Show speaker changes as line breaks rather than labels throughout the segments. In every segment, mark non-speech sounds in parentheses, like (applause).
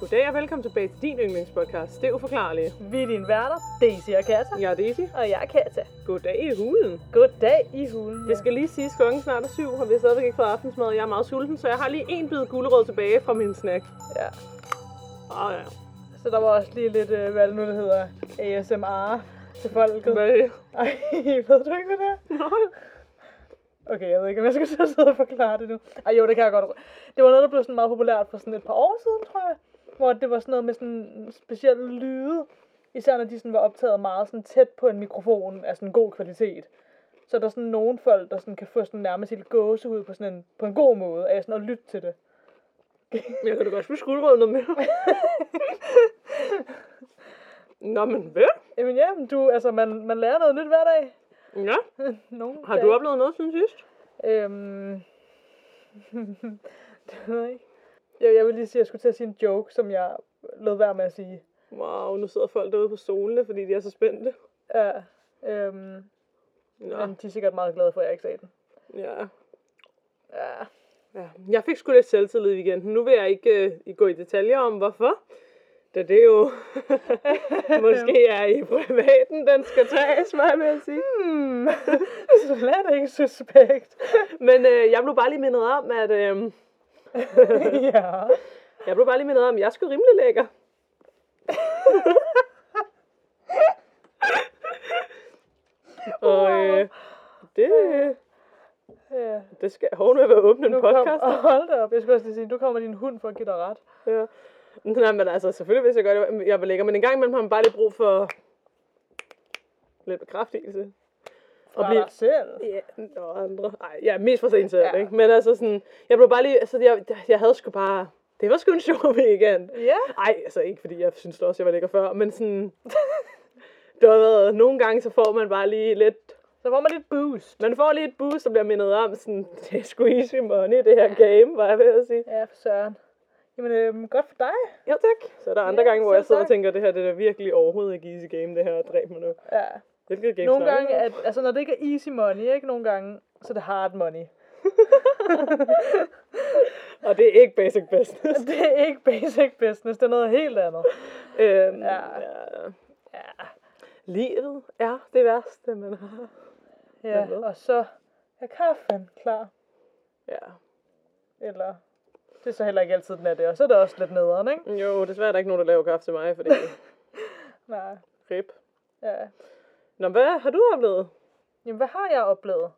Goddag og velkommen tilbage til din yndlingspodcast, Det Uforklarlige.
Vi er dine værter, Daisy og Katja.
Jeg er Daisy.
Og jeg er Katja.
Goddag i hulen.
Goddag i hulen.
Det skal lige siges, klokken snart er syv, og vi har stadigvæk ikke fået aftensmad. Jeg er meget sulten, så jeg har lige en bid gulerod tilbage fra min snack.
Ja.
Åh ja.
Så der var også lige lidt, øh, hvad det nu det hedder, ASMR til folket.
Hvad (laughs) er det?
Ej, (laughs) ved du ikke, hvad det er?
Nå.
Okay, jeg ved ikke, om jeg skal så sidde og forklare det nu. Ej, jo, det kan jeg godt. Det var noget, der blev sådan meget populært for sådan et par år siden, tror jeg. Hvor det var sådan noget med sådan specielle lyde. Især når de sådan var optaget meget sådan tæt på en mikrofon af sådan god kvalitet. Så er der sådan nogle folk, der sådan kan få sådan nærmest helt gåsehud på sådan en, på en god måde af sådan at lytte til det.
Jeg kan da godt spise gulerod noget mere. Nå, men hvad?
Jamen ja, men du, altså man, man lærer noget nyt hver dag.
Ja.
Nogle
Har
dage.
du oplevet noget siden sidst?
Øhm... (laughs) det ved jeg ikke. Jeg, jeg vil lige sige, at jeg skulle til at sige en joke, som jeg lod være med at sige.
Wow, nu sidder folk derude på solene, fordi de er så spændte.
Ja, øhm,
Nå,
ja. men de er sikkert meget glade for, at jeg ikke sagde den.
ja.
Ja.
Ja, jeg fik sgu lidt selvtillid i weekenden. Nu vil jeg ikke øh, gå i detaljer om, hvorfor. Da det jo (laughs) måske er i privaten, den skal tages, var jeg ved at sige.
Hmm, (laughs) slet ikke suspekt. (laughs)
Men øh, jeg blev bare lige mindet om, at øh,
ja.
jeg blev bare lige mindet om, at jeg skulle rimelig lækker. Og øh, det,
ja.
det skal jeg nu er jeg ved at åbne en
Nu kom,
podcast.
og (laughs) hold da op, jeg skulle også lige sige, nu kommer din hund for at give dig ret.
Ja. Nej, men altså, selvfølgelig vidste jeg godt, at jeg var- jeg var lækker, men en gang imellem har man bare lidt brug for lidt bekræftelse. Og
Fra
blive,
dig selv.
Ja, og andre. Ej, ja, mest for sent selv,
Ja.
ikke? Men altså sådan, jeg blev bare lige, altså jeg, jeg havde sgu bare, det var sgu en sjov (laughs) weekend.
Ja.
Ej, altså ikke, fordi jeg synes da også, jeg var lækker før, men sådan, det har været, nogle gange så får man bare lige lidt,
Så får man lidt boost.
man får lige et boost, og bliver mindet om, sådan, det er sgu easy money, det her game, var jeg ved at sige.
Ja, for søren. Jamen, øhm, godt for dig.
Ja, tak. Så er der andre
Ja,
gange, hvor
selv
jeg sidder og
tak.
tænker, det her det er da virkelig overhovedet ikke easy game, det her, og dræb mig nu.
Ja.
Hvilket game
Nogle
snakker
gange,
vi om?
at, altså når det ikke er easy money, ikke? Nogle gange, så er det hard money. (laughs)
Og det er ikke basic business.
Det er ikke basic business, det er noget helt andet.
øhm,
(laughs) Ja.
ja.
Ja.
Livet er det værste, man har. Men hvad?
Ja, og så er kaffen klar.
Ja.
Eller, det er så heller ikke altid den er det, og så er det også lidt nederen, ikke?
Jo, desværre er der ikke nogen, der laver kaffe til mig, fordi
(laughs) Nej.
rip.
Ja.
Nå, hvad har du oplevet?
Jamen, hvad har jeg oplevet?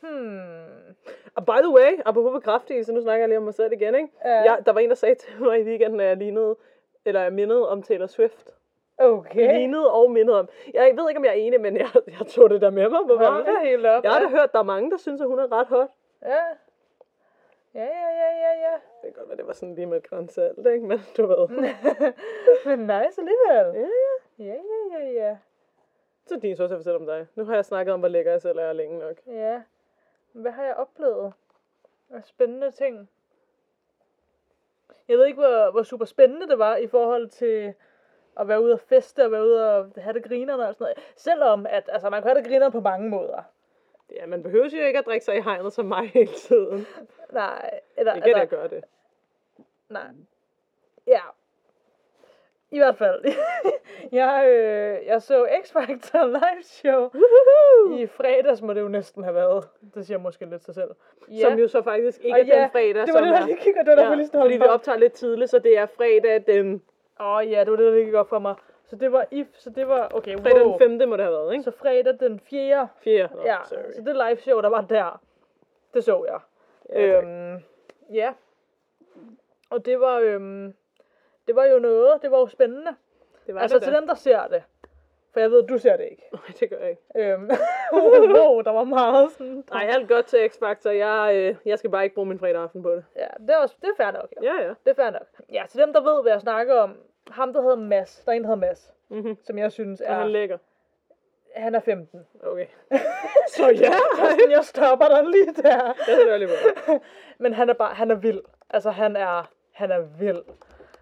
Hmm.
Og Ah, by the way, apropos bekræftelse, nu snakker jeg lige om mig selv igen, ikke?
Ja.
Jeg, der var en, der sagde til mig i weekenden, at jeg lignede, eller jeg mindede om Taylor Swift.
Okay.
Lignede og mindede om. Jeg ved ikke, om jeg er enig, men jeg, jeg tog det der med mig på
Hold da
vandet.
helt
(laughs)
op.
Jeg har da
Ja.
hørt, der er mange, der synes, at hun er ret hot.
ja. Ja, ja, ja, ja, ja.
Det kan godt være, det var sådan lige med et grønt salt, ikke? Men du ved.
Men (laughs) nice alligevel.
Ja.
Ja, ja, ja, ja.
Så din så jeg fortælle om dig. Nu har jeg snakket om, hvor lækker jeg selv er længe nok.
Ja. Hvad har jeg oplevet? Af spændende ting. Jeg ved ikke, hvor, hvor super spændende det var i forhold til at være ude og feste og være ude og have det grinerne og sådan noget. Selvom, at altså, man kan have det grinerne på mange måder.
Ja, man behøver jo ikke at drikke sig i hegnet som mig hele
(laughs)
tiden.
Nej, eller, altså,
Det kan jeg gøre det.
nej. Ja. I hvert fald. (laughs) jeg, øh, jeg så X-Factor (laughs) live show
Uh.
i fredags, må det jo næsten have været. Det siger måske lidt sig selv.
Ja. Som jo så faktisk ikke
Og
er den fredag,
det var
som
det,
er-
der lige gik, og det var derfor lige sådan,
fordi vi optager lidt tidligt, så det er fredag den,
Åh oh, ja, det var det, der ikke gik op for mig. Så det var if, så det var, okay,
fredag
wow.
den 5. må det have været, ikke?
Så fredag den 4.
4. Nå,
ja,
sorry.
så det live show, der var der. Det så jeg.
Ja, tak.
øhm, ja. Og det var, øhm, det var jo noget, det var jo spændende.
det var
altså
det
til
da.
dem, der ser det. For jeg ved, du ser det ikke.
Nej, det gør jeg ikke. (laughs)
Øhm, wow, der var meget sådan.
Nej, alt godt til X-Factor. Jeg, øh, jeg skal bare ikke bruge min fredag aften på det.
Ja, det er, også, det er fair nok. Ja.
Ja, ja.
Det er fair nok. Ja, til dem, der ved, hvad jeg snakker om. Ham, der hedder Mads. Der er en, der hedder Mads.
Mhm.
Som jeg synes
Og
er...
han lækker.
han er 15. (laughs)
Okay. så ja!
Sådan, jeg stopper dig lige der.
Jeg skal lige på det.
Men han er bare, han er vild. Altså, han er, han er vild.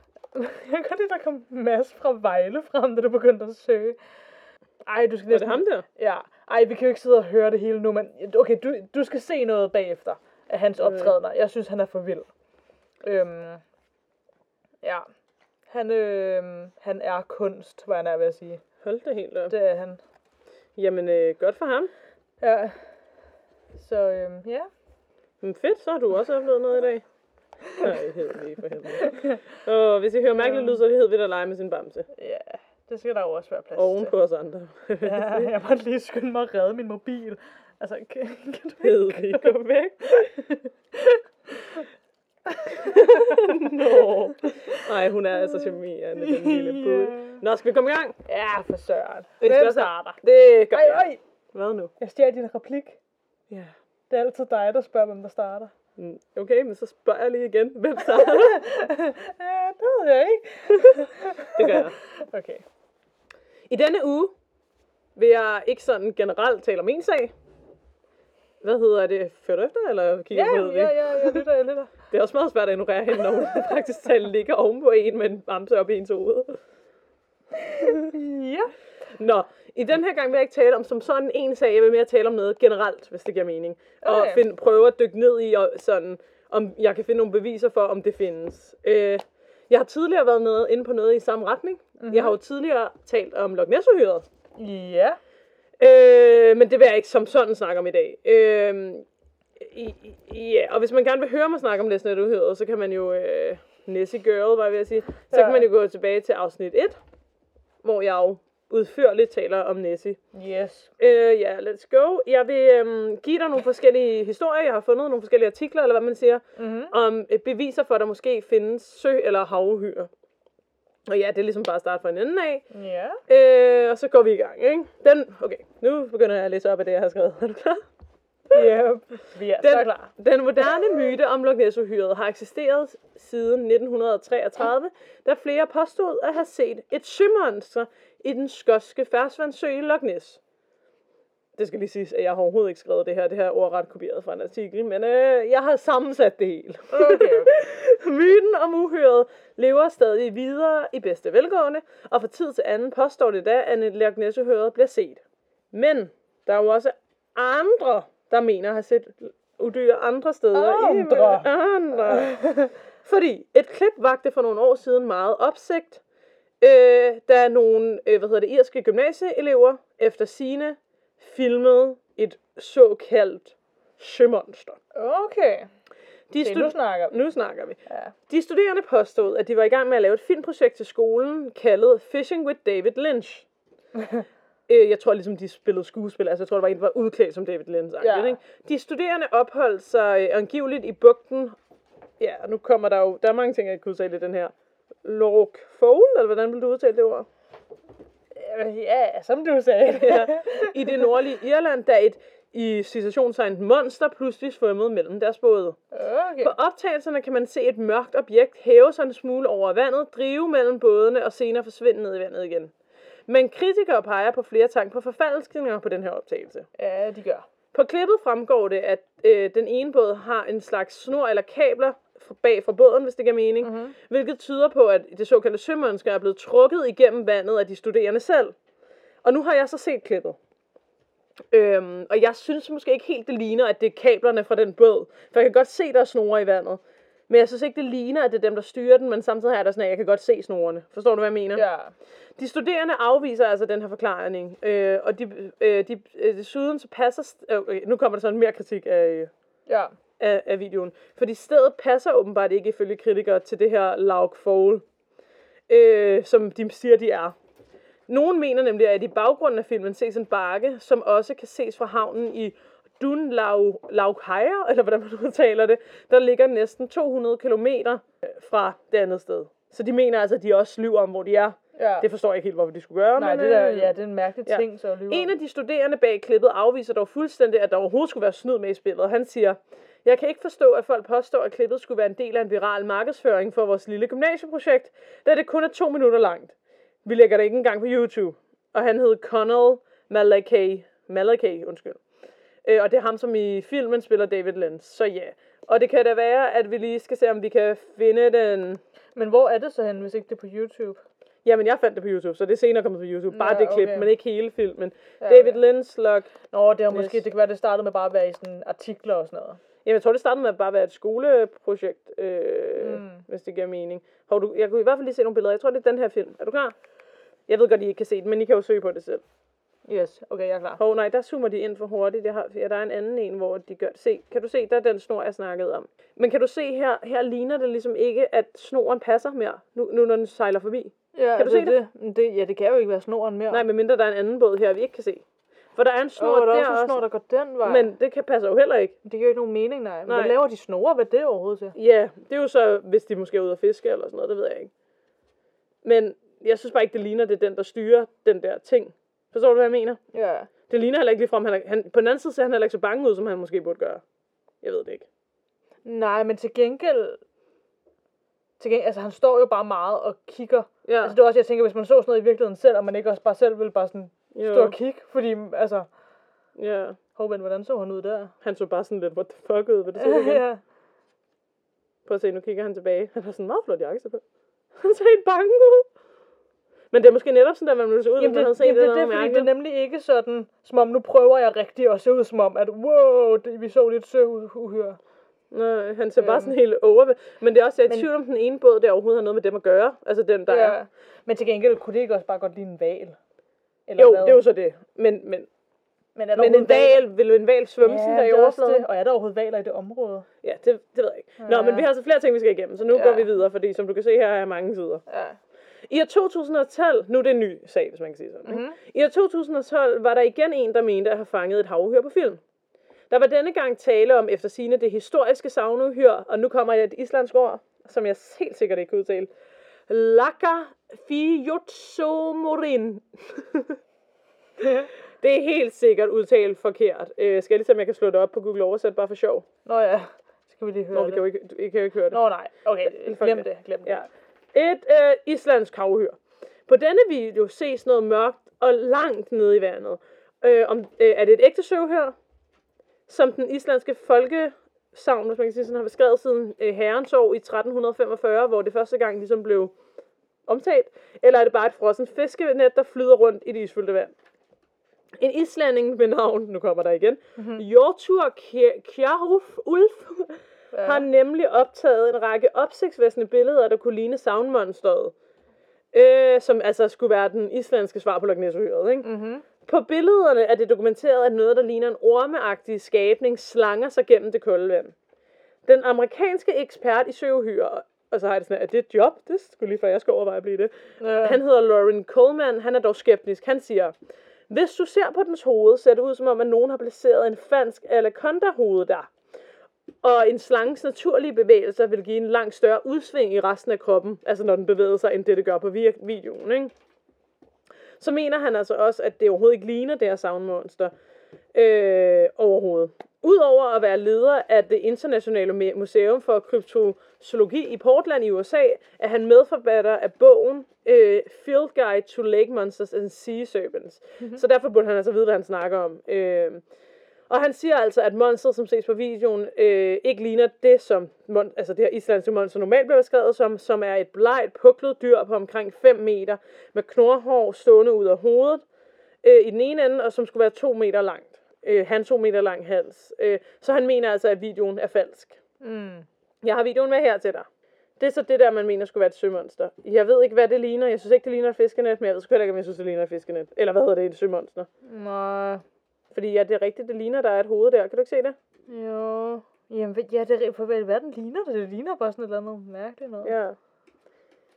(laughs) Jeg kan godt lide, der kom Mads fra Vejle frem, da du begyndte at søge. Ej, du skal
Var
næsten...
det ham der?
Ja. Ej, vi kan jo ikke sidde og høre det hele nu, men okay, du, du skal se noget bagefter af hans
Øh.
optrædener. Jeg synes, han er for vild. Øhm, ja. Han, øh, han er kunst, var jeg nær ved at sige.
Hold da helt op.
Det er han.
Jamen, øh, godt for ham.
Ja. Så øh, ja.
Men fedt, så har du også oplevet noget i dag. Nej, helt lige for helvede. Og hvis I hører mærkeligt lyd, så er det hed ved at lege med sin bamse.
Ja, det skal der jo også være plads
Og oven på os andre.
til. (laughs) Ja, jeg måtte lige skynde mig at redde min mobil. Altså, (laughs) kan, kan du
(laughs) Hed vi, kom væk.
(laughs)
Nå. Nej, hun er altså charmerende, den lille pude.
Ja.
Nå, skal vi komme i gang?
Ja, for søren.
skal
Hvem
også-
starter?
Det gør
Ej,
jeg.
ej.
Hvad nu?
Jeg stjæler din replik.
Ja.
Det er altid dig, der spørger, hvem der starter.
Mm, Okay, men så spørger jeg lige igen. Hvem
(laughs)
starter?
ja, det ved jeg ikke.
Det gør jeg.
Okay.
I denne uge vil jeg ikke sådan generelt tale om en sag. Hvad hedder det? Ført efter, eller kigger
Ja,
på
ja, ja, jeg lytter, jeg lytter.
Det er også meget svært at ignorere hende, når hun (laughs) faktisk talt ligger ovenpå en med en bamse op i ens hoved.
Ja.
Nå, i den her gang vil jeg ikke tale om som sådan en sag, jeg vil mere tale om noget generelt, hvis det giver mening. Og
Okay.
find, prøve at dykke ned i, og sådan, om jeg kan finde nogle beviser for, om det findes. Øh, jeg har tidligere været med inde på noget i samme retning.
Mhm.
Mm-hmm. Jeg har jo tidligere talt om Loch ness
Ja.
Øh, men det vil jeg ikke som sådan snakke om i dag. Øh, i, i- ja, og hvis man gerne vil høre mig snakke om Læsnet Uhøret, så kan man jo... Øh, Nessie Girl, var jeg ved at sige. Så
Ja.
kan man jo gå tilbage til afsnit 1, hvor jeg jo udførligt taler om Nessie.
Yes.
Øh, ja, let's go. Jeg vil øhm, give dig nogle forskellige historier. Jeg har fundet nogle forskellige artikler, eller hvad man siger,
Mhm.
om øh, beviser for, at der måske findes sø- eller havuhyre. Og ja, det er ligesom bare at starte fra en ende af.
Ja.
Øh, og så går vi i gang, ikke? Den, okay, nu begynder jeg at læse op af det, jeg har skrevet. (laughs) Er du klar?
Yep. Vi er så
Den,
klar.
den moderne myte om Loch ness har eksisteret siden 1933, da flere påstod at have set et sømonster i den skotske færdsvandsø i Loch Ness. Det skal lige siges, at jeg har overhovedet ikke skrevet det her. Det her er ordret kopieret fra en artikel, men øh, jeg har sammensat det hele.
Okay, okay.
(laughs) Myten om uhyret lever stadig videre i bedste velgående, og fra tid til anden påstår det da, at et Loch ness bliver set. Men der er jo også andre, der mener at have set udyr andre steder. i-
Andre.
andre. Fordi et klip vagte for nogle år siden meget opsigt, øh, da nogle øh, hvad hedder det, irske gymnasieelever efter sine filmede et såkaldt sømonster.
Okay.
De
Se, nu
stud-
snakker vi.
nu snakker vi.
Ja.
De studerende påstod, at de var i gang med at lave et filmprojekt til skolen, kaldet Fishing with David Lynch. Øh, jeg tror ligesom, de spillede skuespil. Altså, jeg tror, der var en, der var udklædt som David Lynch.
Ja.
Ja. Ikke? De studerende opholdt sig øh, angiveligt i bugten. Ja, nu kommer der jo... Der er mange ting, jeg ikke kunne udtale i den her. Lork Fowl, eller hvordan vil du udtale det ord?
Øh, Ja, som du sagde.
(laughs) Ja. I det nordlige Irland, da et i situationstegn monster pludselig svømmede mellem deres både.
Okay.
På optagelserne kan man se et mørkt objekt hæve sig en smule over vandet, drive mellem bådene og senere forsvinde ned i vandet igen. Men kritikere peger på flere tanker på forfalskninger på den her optagelse.
Ja, de gør.
På klippet fremgår det, at øh, den ene båd har en slags snor eller kabler fra- bag fra båden, hvis det giver mening,
Mhm.
mm-hmm. hvilket tyder på, at det såkaldte sømenneske er blevet trukket igennem vandet af de studerende selv. Og nu har jeg så set klippet. Øhm, og jeg synes måske ikke helt, det ligner, at det er kablerne fra den båd. For jeg kan godt se, der er snore i vandet. Men jeg synes ikke, det ligner, at det er dem, der styrer den, men samtidig er der sådan, at jeg kan godt se snorene. Forstår du, hvad jeg mener?
Ja.
De studerende afviser altså den her forklaring, øh, og de, øh, de, øh, desuden så passer... st- Øh, okay, nu kommer der sådan mere kritik af,
Ja.
af, af videoen. Fordi stedet passer åbenbart ikke ifølge kritikere til det her Lauk Fowl, øh, som de siger, de er. Nogen mener nemlig, at i baggrunden af filmen ses en bakke, som også kan ses fra havnen i Dunlaughejer, eller hvordan man (laughs) udtaler det, der ligger næsten 200 km øh, fra det andet sted. Så de mener altså, at de også lyver om, hvor de er.
Ja.
Det forstår jeg ikke helt, hvorfor de skulle gøre.
Nej,
men,
det der,
øh,
ja, det er en mærkelig
ja.
ting, så lyver.
En af de studerende bag klippet afviser dog fuldstændig, at der overhovedet skulle være snyd med i spillet. Han siger, jeg kan ikke forstå, at folk påstår, at klippet skulle være en del af en viral markedsføring for vores lille gymnasieprojekt, da det kun er to minutter langt. Vi lægger det ikke engang på YouTube. Og han hed Connell Malakay. Malakay, undskyld. Øh, og det er ham, som i filmen spiller David Lenz. Så ja. Og det kan da være, at vi lige skal se, om vi kan finde den...
Men hvor er det så hen, hvis ikke det er på YouTube?
Jamen, jeg fandt det på YouTube, så det er senere kommet på YouTube. Bare
Nå,
det klip,
okay.
men ikke hele filmen.
Ja,
David Lenz, Locke
Nå, det er
Yes.
måske, det kan være, det startede med bare at være i sådan artikler og sådan noget.
Jamen, jeg tror, det startede med at bare være et skoleprojekt, øh, mm.
Mm.
hvis det giver mening. Har du, jeg kunne i hvert fald lige se nogle billeder. Jeg tror, det er den her film. Er du klar? Jeg ved godt, I ikke kan se den, men I kan jo søge på det selv.
Yes, okay, jeg er klar.
Hov, nej, der zoomer de ind for hurtigt. Jeg har, ja, der er en anden en, hvor de gør Se, kan du se, der er den snor, jeg snakkede om. Men kan du se her, her ligner det ligesom ikke, at snoren passer mere, nu, nu når den sejler forbi.
Ja,
Kan du se
det? Det? det? Ja, det kan jo ikke være snoren mere.
Nej, medmindre der er en anden båd her, vi ikke kan se. For der er en
Åh,
snor oh, der,
der er også
også,
en snor, der går den vej.
men det kan passer jo heller ikke.
det giver jo ikke nogen mening, nej.
Nej.
Hvad laver de snore? Hvad er det overhovedet til?
Ja, det er jo så, hvis de måske er ude at fiske eller sådan noget, det ved jeg ikke. Men jeg synes bare ikke, det ligner, det er den, der styrer den der ting. Forstår du, hvad jeg mener?
Ja.
Det ligner heller ikke ligefrem, han, er, han, på den anden side ser han heller ikke så bange ud, som han måske burde gøre. Jeg ved det ikke.
Nej, men til gengæld... Til gengæld, altså han står jo bare meget og kigger.
Ja,
Ja. Altså det er også, jeg tænker, hvis man så sådan noget i virkeligheden selv, og man ikke også bare selv ville bare sådan
jo,
stå og kigge, fordi, altså,
ja.
hov, men hvordan så han ud der?
Han så bare sådan lidt, what the fuck ud, vil du se
(laughs)
det igen?
ja.
Prøv at se, nu kigger han tilbage. Han har sådan en meget flot jakke på. Han ser helt bange ud. Men det er måske netop sådan, at man ville se ud,
Jamen,
hvis man havde
det,
set
jamen, det, er
noget
det, fordi det
mærkeligt.
er nemlig ikke sådan, som om nu prøver jeg rigtigt at se ud som om, at wow, det, vi så lidt søuhyre.
Nej, han ser bare
Øhm.
sådan helt over. Men det er også, jeg er i
Men-
tvivl om den ene båd, der overhovedet har noget med dem at gøre. Altså den, der er.
Men til gengæld kunne det ikke også bare godt ligne en val? Eller
Jo,
hvad?
det er jo så det. Men, men,
men, er der
men en
overhovedet valer?
val, vil jo en val svømme ja, sådan der
det
i
er også det.
overfladen?
Og er der overhovedet valer i det område?
Ja, det, det ved jeg ikke. Nå,
Ja.
men vi har altså flere ting, vi skal igennem, så nu
Ja.
går vi videre, fordi som du kan se her, er jeg mange sider.
Ja.
I år 2012, nu er det en ny sag, hvis man kan sige sådan. Mm-hmm.
Mm-hmm.
I år 2012 var der igen en, der mente at have fanget et havuhyr på film. Der var denne gang tale om efter sine det historiske savnuhyr, og nu kommer jeg et islandsk ord, som jeg helt sikkert ikke kan udtale. Laka fjotsomorin. det er helt sikkert udtalt forkert. Øh, skal jeg lige se, om jeg kan slå det op på Google Oversæt, bare for sjov?
Nå ja, så kan vi lige høre
Nå, vi
det.
kan jo ikke, I kan jo ikke høre det.
Nå nej, okay,
det-
glem det, glem det.
Ja. Et øh, islandsk havhyr. På denne video ses noget mørkt og langt nede i vandet. Øh, om, øh, er det et ægte søvhyr, som den islandske folkesavn, hvis man kan sige sådan, har beskrevet siden øh, herrens år i 1345, hvor det første gang ligesom blev omtalt, eller er det bare et frossen fiskenet, der flyder rundt i det isfyldte vand? En islanding ved navn, nu kommer der igen, mm-hmm. Jortur Kjaruf Ulf,
Ja.
har nemlig optaget en række opsigtsvækkende billeder, der kunne ligne savnmonsteret. Øh, som altså skulle være den islandske svar på Loch ikke?
Mm-hmm.
På billederne er det dokumenteret, at noget, der ligner en ormeagtig skabning, slanger sig gennem det kolde vand. Den amerikanske ekspert i søuhyre, og så har jeg det sådan, her, er det et job? Det skulle lige før jeg skal overveje at blive det.
Ja.
Han hedder Lauren Coleman, han er dog skeptisk. Han siger, hvis du ser på dens hoved, ser det ud som om, at nogen har placeret en falsk anaconda-hoved der. Og en slanges naturlige bevægelser vil give en langt større udsving i resten af kroppen, altså når den bevæger sig, end det, det gør på vir- videoen. Ikke? Så mener han altså også, at det overhovedet ikke ligner det her savnmonster øh, overhovedet. Udover at være leder af det internationale mu- museum for kryptozoologi i Portland i USA, er han medforfatter af bogen øh, Field Guide to Lake Monsters and Sea Serpents. Mm-hmm. Så derfor burde han altså vide, hvad han snakker om. Øh, og han siger altså, at monstret, som ses på videoen, øh, ikke ligner det, som mon- altså det her islandske monster normalt bliver beskrevet som, som er et blegt, puklet dyr på omkring 5 meter, med knorhår stående ud af hovedet øh, i den ene ende, og som skulle være 2 meter langt. Øh, han 2 meter lang hals. Øh, så han mener altså, at videoen er falsk.
Mm.
Jeg har videoen med her til dig. Det er så det der, man mener skulle være et sømonster. Jeg ved ikke, hvad det ligner. Jeg synes ikke, det ligner et fiskenet, men jeg ved sgu heller ikke, om jeg synes, det ligner et fiskenet. Eller hvad hedder det, et sømonster?
Nå,
Fordi ja, det er rigtigt, det ligner, der er et hoved der. Kan du ikke se det?
jo. Jamen, ved- ja, det er for hvad verden ligner det? Det ligner bare sådan et eller andet mærkeligt noget.
Ja.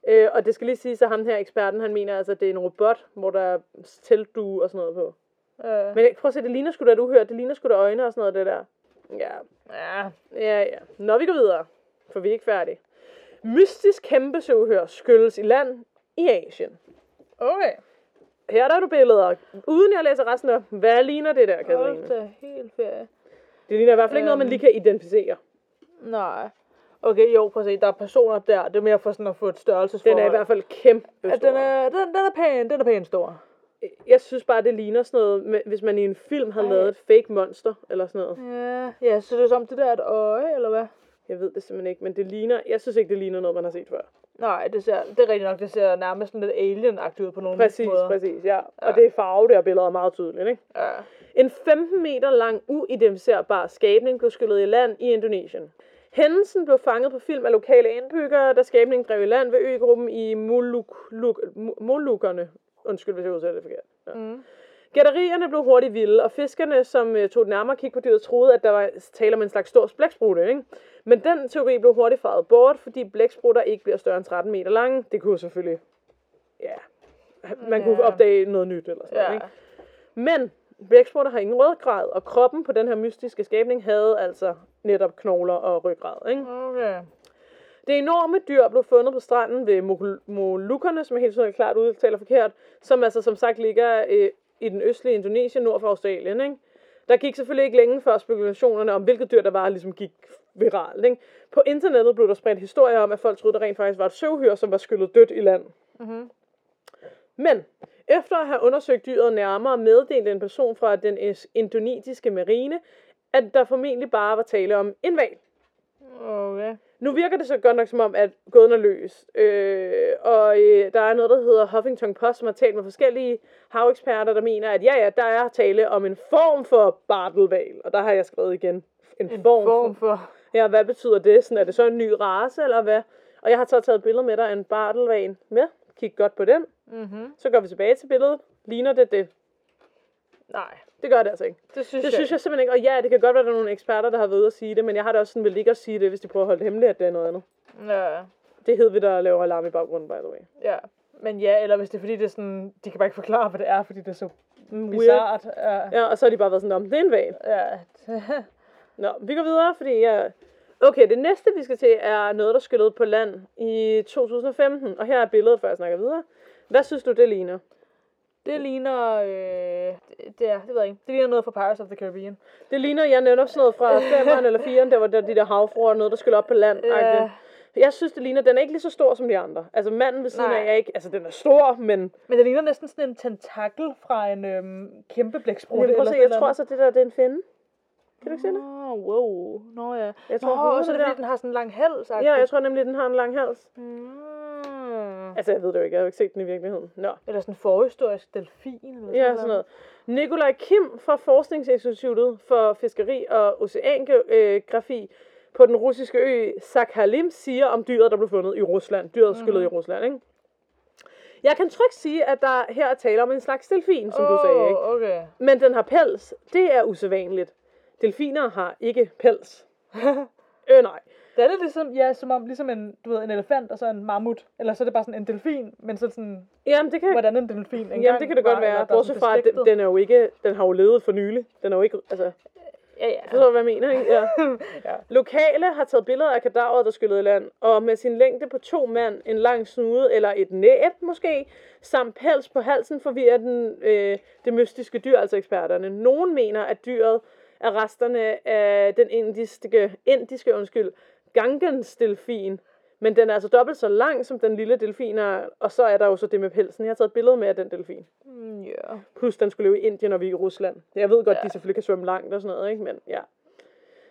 Øh, og det skal lige sige, at ham her eksperten, han mener altså, at det er en robot, hvor der er teltdue og sådan noget på.
Ja.
Men prøv at se, det ligner sgu da, du hører, det ligner sgu da øjne og sådan noget, det der. Ja,
ja.
Ja, ja. Nå, vi går videre, for vi er ikke færdige. Mystisk kæmpe søvhør skyldes i land i Asien.
Okay.
Her der er du billeder, uden jeg læser resten af. Hvad ligner det der, Katarina?
Hold da helt ferie.
Det ligner i hvert fald ikke noget, man lige kan identificere.
Nej. Okay, jo, prøv at se. Der er personer der. Det er mere for sådan at få et størrelsesforhold.
Den er i hvert fald kæmpe
at
stor.
den er, den, den er pæn, den er pæn stor.
Jeg synes bare, det ligner sådan noget, med- hvis man i en film havde
Ej.
lavet et fake monster, eller sådan noget.
Ja, ja så det er som det der er et øje, eller hvad?
Jeg ved det simpelthen ikke, men det ligner... Jeg synes ikke, det ligner noget, man har set før.
Nej, det, ser, det er rigtigt nok. Det ser nærmest sådan lidt alien-agtigt ud på nogle
Præcis,
måder.
præcis, ja.
Ja.
Og det er farve, der billeder er meget tydeligt, ikke?
Ja.
En 15 meter lang, uidentificerbar skabning blev skyllet i land i Indonesien. Hændelsen blev fanget på film af lokale indbyggere, da skabningen drev i land ved øgruppen i Moluk, Luk, Mo- Molukkerne. Undskyld, hvis jeg udtaler det forkert. Ja.
Mm.
Gætterierne blev hurtigt vilde, og fiskerne, som øh, tog et nærmere kig på dyret, troede, at der var tale om en slags stor blæksprutte, ikke? Men den teori blev hurtigt faret bort, fordi blæksprutter ikke bliver større end 13 meter lange. Det kunne selvfølgelig... Ja... Man kunne
Ja.
opdage noget nyt eller sådan noget,
Ja.
ikke? Men blæksprutter har ingen rødgrad, og kroppen på den her mystiske skabning havde altså netop knogler og ryggrad. Ikke?
Okay.
Det enorme dyr blev fundet på stranden ved Mol- Molukkerne, som jeg helt sikkert klart udtaler forkert, som altså som sagt ligger øh, i den østlige Indonesien nord for Australien. Ikke? Der gik selvfølgelig ikke længe før spekulationerne om, hvilket dyr der var, ligesom gik viralt. Ikke? På internettet blev der spredt historier om, at folk troede, der rent faktisk var et søvhyr, som var skyllet dødt i land.
Mhm.
Men efter at have undersøgt dyret nærmere, meddelte en person fra den is- indonesiske marine, at der formentlig bare var tale om en hval.
Okay.
Nu virker det så godt nok som om, at gåden er løs. Øh, og øh, der er noget, der hedder Huffington Post, som har talt med forskellige haveksperter, der mener, at ja, ja, der er tale om en form for bartelval. Og der har jeg skrevet igen. En,
En
form, form
form
for.
for...
Ja, hvad betyder det? Sådan, er det så en ny race, eller hvad? Og jeg har så taget et billede med dig af en bartelval med. Kig godt på den.
Mhm.
Så går vi tilbage til billedet. Ligner det det?
Nej.
Det gør det altså ikke.
Det synes,
Det synes jeg simpelthen ikke. Og ja, det kan godt være, at der er nogle eksperter, der har været ude at sige det, men jeg har da også sådan, vil ikke at sige det, hvis de prøver at holde det hemmeligt, at det er noget andet.
Ja.
Det hed vi, der laver alarm i baggrunden, by the way.
ja. Men ja, eller hvis det er fordi, det er sådan... De kan bare ikke forklare, hvad det er, fordi det er så
Mm, Weird.
bizart. Ja.
Ja, og så har de bare været sådan, om det er en val.
ja.
Nå, vi går videre, fordi jeg... Okay, det næste, vi skal til, er noget, der skyllede på land i 2015. Og her er billedet, før jeg snakker videre. Hvad synes du, det ligner?
det ligner... Øh, det, det, er, det ved jeg ikke. Det ligner noget fra Pirates of the Caribbean.
Det ligner, jeg netop sådan noget
(laughs)
fra 5'eren eller 4'eren, der var der, de der havfruer, noget, der skyller op på land.
Ja.
Yeah. Jeg synes, det ligner, den er ikke lige så stor som de andre. Altså manden ved siden
Nej.
af er ikke, altså den er stor, men
Men det ligner næsten sådan en tentakel fra en øhm, kæmpe blæksprutte.
Jamen, prøv at
eller
se,
sådan
jeg tror
noget.
altså, det der, det er en finde. Kan du ikke se det?
Nå, wow. Nå ja.
Jeg
Nå,
tror,
og
hovedet
så er
er
det fordi,
der.
den har sådan en lang hals.
Ja, jeg tror nemlig, den har en lang hals.
Mm.
Altså, jeg ved det jo ikke. Jeg har jo ikke set den i virkeligheden. Nå.
Eller sådan en forhistorisk delfin. Eller
Ja, sådan noget. Nikolaj Kim fra Forskningsinstituttet for Fiskeri og Oceangrafi på den russiske ø Sakhalin siger om dyret, der blev fundet i Rusland. Dyret skyllet
Mhm.
mm-hmm. i Rusland, ikke? Jeg kan trygt sige, at der her er tale om en slags delfin, som oh. du sagde, ikke?
okay.
Men den har pels. Det er usædvanligt. Delfiner har ikke
(laughs)
pels. øh, nej.
Det er lidt ligesom, ja, som om, ligesom en, du ved, en elefant og så en mammut. Eller så er det bare sådan en delfin, men så er det sådan,
Jamen, det kan
hvordan en delfin engang
Jamen, det kan det godt
var,
være,
eller der er
bortset
sådan
fra, at den,
beslægtet.
den, er jo ikke, den har jo levet for nylig. Den er jo ikke, altså,
Ja, ja.
forstår du, hvad jeg mener, ikke? (laughs) Ja.
ja.
Lokale har taget billeder af kadaveret, der skyllede i land, og med sin længde på to mand, en lang snude eller et næb måske, samt pels på halsen forvirrer den, øh, det mystiske dyr, altså eksperterne. Nogen mener, at dyret er resterne af den indiske, indiske undskyld, Gangens delfin, men den er altså dobbelt så lang som den lille delfin, er, og så er der jo så det med pelsen. Jeg har taget et billede med af den delfin.
Mm, ja.
Plus, den skulle leve i Indien, og vi er i Rusland. Jeg ved godt,
Ja.
ja. de selvfølgelig kan svømme langt og sådan noget, ikke? Men ja.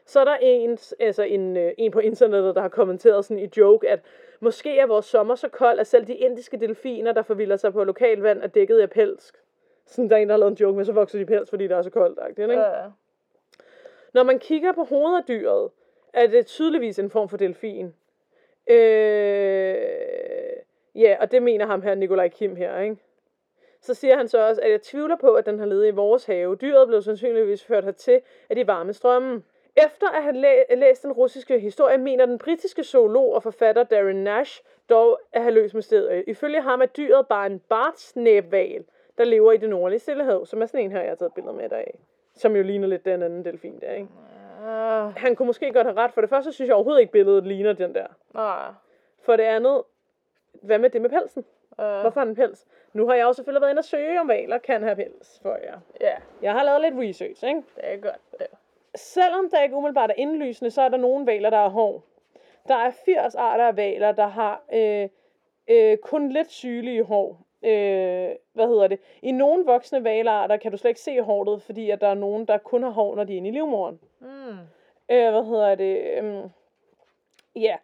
Så er der en, altså en, øh, en på internettet, der har kommenteret sådan i joke, at måske er vores sommer så kold, at selv de indiske delfiner, der forvilder sig på lokalvand, er dækket af pels. Sådan der er en, der har lavet en joke med, så vokser de pels, fordi der er så koldt. Ikke?
Ja.
Når man kigger på hovedet af dyret, er det tydeligvis en form for delfin. Øh, ja, og det mener ham her, Nikolaj Kim her, ikke? Så siger han så også, at jeg tvivler på, at den har levet i vores have. Dyret blev sandsynligvis ført hertil af de varme strømme. Efter at have læ- læst den russiske historie, mener den britiske zoolog og forfatter Darren Nash dog at have løst mysteriet. Ifølge ham er dyret bare en bartsnæbval, der lever i det nordlige stillehav, som er sådan en her, jeg har taget et billede med dig af. Som jo ligner lidt den anden delfin der, ikke?
Ah,
han kunne måske godt have ret. For det første synes jeg overhovedet ikke, billedet ligner den der.
ah,
For det andet, hvad med det med pelsen?
ah.
Hvorfor har den pels? Nu har jeg jo selvfølgelig været inde og søge, om valer kan have pels for jer.
Ja,
Jeg har lavet lidt research, ikke?
det er godt. Det.
Selvom der ikke umiddelbart er indlysende, så er der nogle valer, der er hård. Der er 80 arter af valer, der har øh, øh, kun lidt sygelige hår. Øh, hvad hedder det? I nogle voksne valarter kan du slet ikke se håret, fordi at der er nogen, der kun har hår, når de er inde i livmoderen.
Mm.
øh, hvad hedder det, øhm, Ja.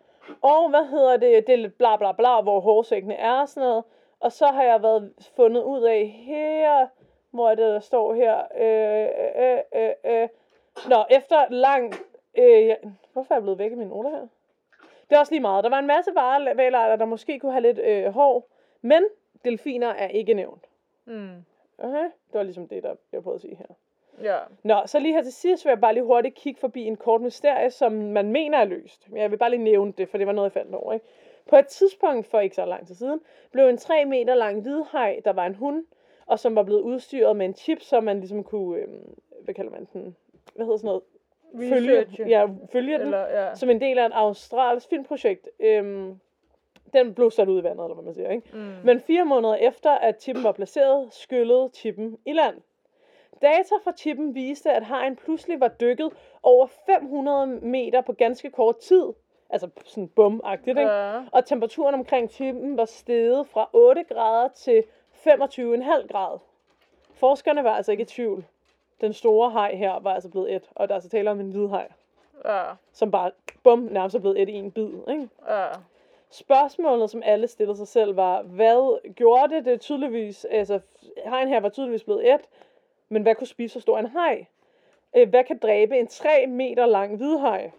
Og hvad hedder det? Det er lidt bla bla bla, hvor hårsækkene er og sådan noget. Og så har jeg været fundet ud af her, hvor er det, der står her. Øh, øh, øh, øh. Nå, efter lang... Øh, jeg- hvorfor er jeg blevet væk i mine noter her? Det er også lige meget. Der var en masse varevalarter, der måske kunne have lidt øh, hår. Men delfiner er ikke nævnt.
Mm.
Okay? Det var ligesom det, der jeg prøvede at sige her.
Ja.
Nå, så lige her til sidst vil jeg bare lige hurtigt kigge forbi en kort mysterie, som man mener er løst. Men jeg vil bare lige nævne det, for det var noget, jeg faldt over. Ikke? På et tidspunkt for ikke så lang tid siden, blev en 3 meter lang hvidhaj, der var en hund, og som var blevet udstyret med en chip, så man ligesom kunne, øhm, hvad kalder man den, hvad hedder sådan noget?
Research.
ja, følge den,
Eller, ja.
som en del af et australsk filmprojekt. Øhm, den blev sat ud i vandet, eller hvad man siger, ikke?
Mm.
Men fire måneder efter, at chippen var placeret, skyllede chippen i land. Data fra chippen viste, at hajen pludselig var dykket over 500 meter på ganske kort tid. Altså sådan bum ikke?
mm. ja.
Og temperaturen omkring chippen var steget fra 8 grader til 25,5 grader. Forskerne var altså ikke i tvivl. Den store haj her var altså blevet et, og der er altså tale om en hvid haj,
Ja.
som bare bum, nærmest er blevet et i en bid, ikke?
Ja.
Spørgsmålet, som alle stillede sig selv, var, hvad gjorde det? Det er tydeligvis, altså, hajen her var tydeligvis blevet et, men hvad kunne spise så stor en haj? Øh, Hvad kan dræbe en 3 meter lang hvidhaj?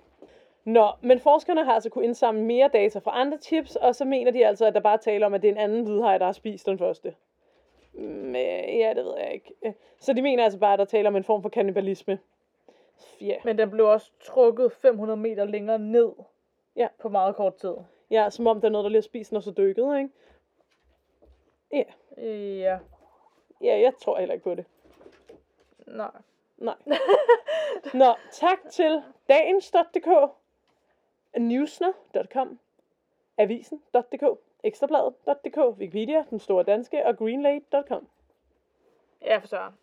Nå, men forskerne har altså kunne indsamle mere data fra andre chips, og så mener de altså, at der bare taler om, at det er en anden hvidhaj, der har spist den første. Men, ja, det ved jeg ikke. Øh, Så de mener altså bare, at der taler om en form for kannibalisme. Ja,
Men den blev også trukket 500 meter længere ned.
Ja.
På meget kort tid.
ja som om der er noget, der lige har spist den, og så dykket, ikke?
Ja.
Ja, jeg tror heller ikke på det.
Nej.
Nej. (laughs) Nå, tak til dagens.dk, newsner.com, avisen.dk, ekstrabladet.dk, Wikipedia, den store danske og greenlade.com.
Ja, for søren.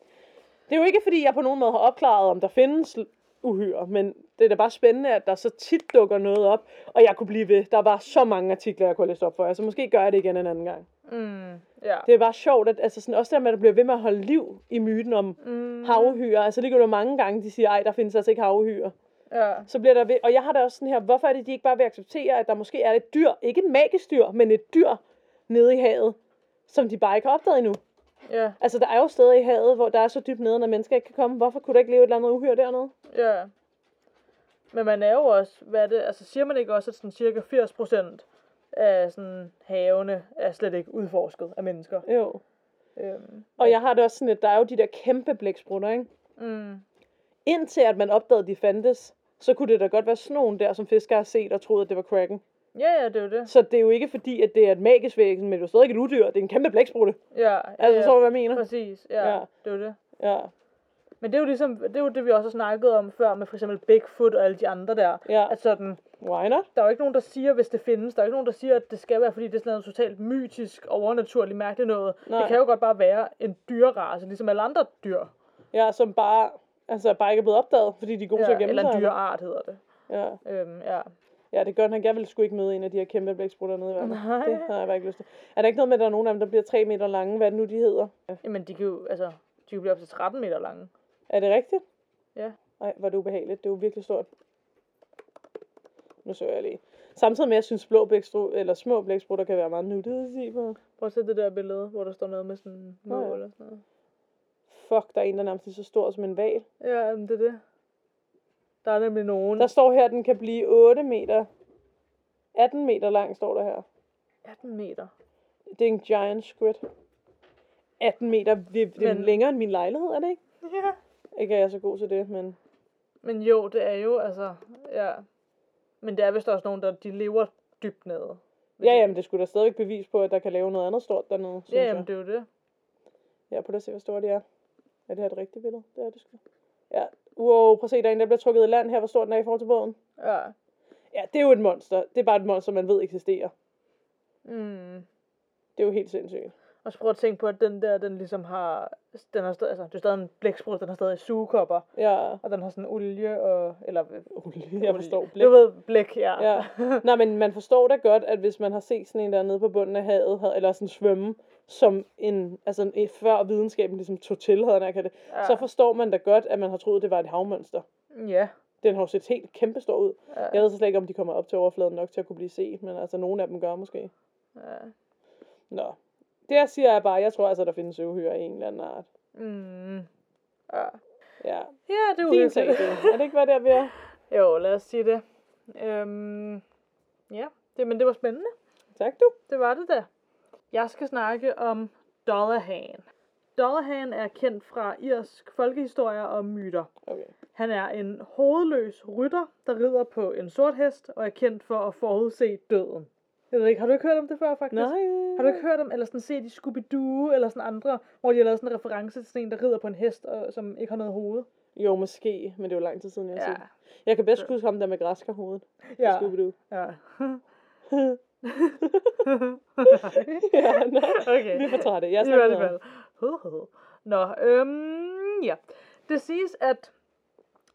Det er jo ikke, fordi jeg på nogen måde har opklaret, om der findes uhyre, men det er da bare spændende, at der så tit dukker noget op, og jeg kunne blive ved. Der var så mange artikler, jeg kunne læse op for jer, så måske gør jeg det igen en anden gang.
Mm. Ja.
Det er bare sjovt, at altså sådan, også der med, at der bliver ved med at holde liv i myten om
Mm.
havhyre. Altså det kan jo mange gange, de siger, ej, der findes altså ikke havhyre.
Ja.
så bliver der ved, og jeg har da også sådan her, hvorfor er det, de ikke bare vil acceptere, at der måske er et dyr, ikke et magisk dyr, men et dyr nede i havet, som de bare ikke har opdaget endnu.
Ja.
Altså, der er jo steder i havet, hvor der er så dybt nede, at mennesker ikke kan komme. Hvorfor kunne der ikke leve et eller andet uhyre dernede?
Ja. Men man er jo også, hvad er det, altså siger man ikke også, at sådan cirka 80% af sådan havene er slet ikke udforsket af mennesker?
Jo.
Øhm,
Og jeg har det også sådan, at der er jo de der kæmpe blæksprutter, ikke?
Mm.
Indtil at man opdagede, at de fandtes, så kunne det da godt være sådan nogen der, som fiskere har set og troede, at det var kraken.
Ja, ja, det er jo det.
Så det er jo ikke fordi, at det er et magisk væsen, men det er jo stadig ikke et udyr. Det er en kæmpe blæksprutte.
Ja,
Altså,
ja,
så hvad jeg mener?
præcis. Ja,
Ja.
ja, det er jo det.
Ja.
Men det er jo ligesom, det er jo det, vi også har snakket om før med for eksempel Bigfoot og alle de andre der.
Ja.
At sådan,
Why not?
der er jo ikke nogen, der siger, hvis det findes. Der er jo ikke nogen, der siger, at det skal være, fordi det er sådan noget totalt mytisk, overnaturligt, mærkeligt noget.
Nej.
Det kan jo godt bare være en dyrerace, ligesom alle andre dyr.
Ja, som bare, altså, bare ikke er blevet opdaget, fordi de er gode til at
Ja,
gemme
eller en
sig.
dyreart hedder det.
Ja.
Øhm, ja.
ja, det er godt nok. Jeg ville sgu ikke møde en af de her kæmpe blæksprutter nede i vandet.
Nej.
Det har jeg bare ikke lyst til. Er der ikke noget med, at der er nogen af dem, der bliver 3 meter lange? Hvad er det nu, de hedder?
Jamen, de kan jo, altså, de kan blive op til 13 meter lange.
Er det rigtigt?
Ja.
Nej, var det ubehageligt. Det var virkelig stort. Nu søger jeg lige. Samtidig med, at jeg synes, blå blækstru, eller små blæksprutter kan være meget nuttige i på.
Prøv at se det der billede, hvor der står noget med sådan en
Nå ja.
mål eller sådan noget.
Fuck, der er en, der nærmest er så stor som en val.
Ja, jamen, det er det. Der er nemlig nogen.
Der står her, at den kan blive 8 meter. 18 meter lang, står der her.
18 meter.
Det er en giant squid. 18 meter, det, det er
Men-
længere end min lejlighed, er det ikke?
Ja.
Ikke er jeg så god til det, men...
Men jo, det er jo, altså, ja. Men der er vist også nogen, der de lever dybt nede.
Ja, jamen, det skulle da stadigvæk bevis på, at der kan lave noget andet stort dernede, synes
Ja, jamen,
jeg.
det er jo det.
Ja, prøv lige at se, hvor stort det er. Er det her et rigtigt billede? Det er det sgu. Ja, wow, prøv at se, der er en, der bliver trukket i land her, hvor stor den er i forhold til båden.
Ja.
Ja, det er jo et monster. Det er bare et monster, man ved eksisterer.
Mm.
Det er jo helt sindssygt.
Og så prøv at tænke på, at den der, den ligesom har, den har stadig, altså, det er stadig en blæksprut, den har stadig sugekopper,
Ja,
og den har sådan olie og, eller,
Olie, jeg forstår.
blæk. Du ved, blæk, ja.
Ja. (laughs) Nej, men man forstår da godt, at hvis man har set sådan en der nede på bunden af havet, havde- eller sådan svømme, som en, altså en- en, før videnskaben ligesom tog til, havde jeg nær kaldt det, ja.
Ja.
så forstår man da godt, at man har troet, det var et havmønster.
ja.
Den har jo set helt kæmpestor ud.
Ja.
Jeg ved så slet ikke, om de kommer op til overfladen nok til at kunne blive set, men altså, nogle af dem gør måske.
ja.
Nå. Det jeg siger er bare, jeg tror altså, der findes øvehyrer i en eller anden art.
Mm. Ja.
Ja.
ja, det er
Din
uhyggeligt.
sag, det. Er det ikke, hvad der vi er?
(laughs) jo, lad os sige det. Øhm, ja, det, men det var spændende.
Tak du.
Det var det da. Jeg skal snakke om Dollahan. Dollahan er kendt fra irsk folkehistorier og myter.
Okay.
Han er en hovedløs rytter, der rider på en sort hest og er kendt for at forudse døden. Jeg ved ikke, har du ikke hørt om det før, faktisk?
Nej.
Har du ikke hørt om, eller sådan set i Scooby-Doo, eller sådan andre, hvor de har lavet sådan en reference til sådan en, der rider på en hest, og, som ikke har noget hoved?
Jo, måske, men det er jo lang tid siden, jeg har set. det. Jeg kan bedst huske ham der med græskerhovedet. Ja.
Ja.
Scooby-Doo.
ja.
(laughs) ja, nå.
okay.
Vi er for trætte. Jeg
I
snakker
hvert
videre.
fald. Huh, huh. Nå, øhm, ja. Det siges, at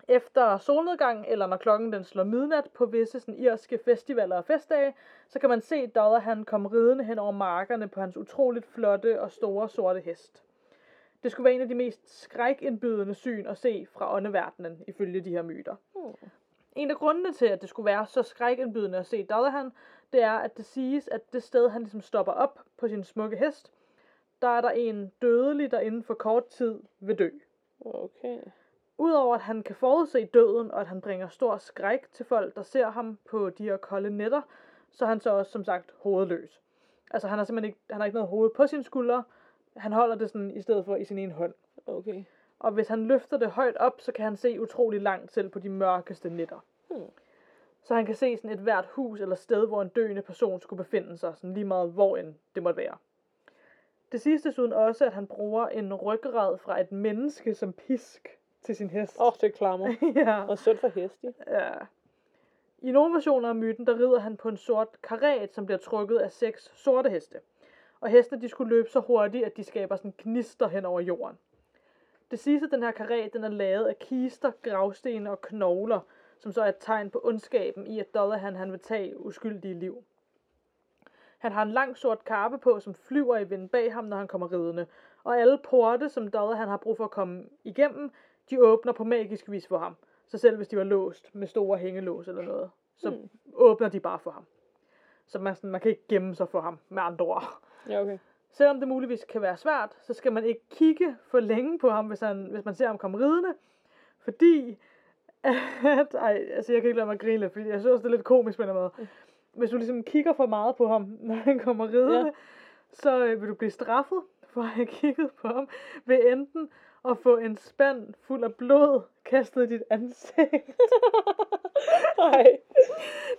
efter solnedgang, eller når klokken den slår midnat på visse sådan, irske festivaler og festdage, så kan man se Dodder, han komme ridende hen over markerne på hans utroligt flotte og store sorte hest. Det skulle være en af de mest skrækindbydende syn at se fra åndeverdenen, ifølge de her myter.
Hmm.
En af grundene til, at det skulle være så skrækindbydende at se Dalahan, det er, at det siges, at det sted, han ligesom stopper op på sin smukke hest, der er der en dødelig, der inden for kort tid vil dø.
Okay.
Udover at han kan forudse døden, og at han bringer stor skræk til folk, der ser ham på de her kolde nætter, så er han så også, som sagt, hovedløs. Altså, han har simpelthen ikke, han har ikke noget hoved på sine skuldre. Han holder det sådan, i stedet for i sin ene hånd.
Okay.
Og hvis han løfter det højt op, så kan han se utrolig langt selv på de mørkeste nætter.
Hmm.
Så han kan se sådan et hvert hus eller sted, hvor en døende person skulle befinde sig, sådan lige meget hvor end det måtte være. Det siges desuden også, at han bruger en ryggrad fra et menneske som pisk til sin hest.
Åh, oh, det klammer.
(laughs) ja.
Og sødt for heste.
ja. I nogle versioner af myten, der rider han på en sort karet, som bliver trukket af seks sorte heste. Og hestene de skulle løbe så hurtigt, at de skaber sådan gnister hen over jorden. Det siges, at den her karet den er lavet af kister, gravsten og knogler, som så er et tegn på ondskaben i, at Dollahan han vil tage uskyldige liv. Han har en lang sort karpe på, som flyver i vinden bag ham, når han kommer ridende. Og alle porte, som Dollahan har brug for at komme igennem, de åbner på magisk vis for ham. Så selv hvis de var låst med store hængelås eller noget, så
Mm.
mm. åbner de bare for ham. Så man, sådan, man kan ikke gemme sig for ham, med andre ord.
Ja, (laughs) okay.
Selvom det muligvis kan være svært, så skal man ikke kigge for længe på ham, hvis, han, hvis man ser ham komme ridende. Fordi, at, ej, altså jeg kan ikke lade mig grine lidt, fordi jeg synes også, det er lidt komisk på en eller anden måde. Hvis du ligesom kigger for meget på ham, (laughs) når han kommer ridende,
Ja.
ja. så øh, vil du blive straffet for at have kigget på ham ved enten at få en spand fuld af blod kastet i dit ansigt. (laughs)
Nej.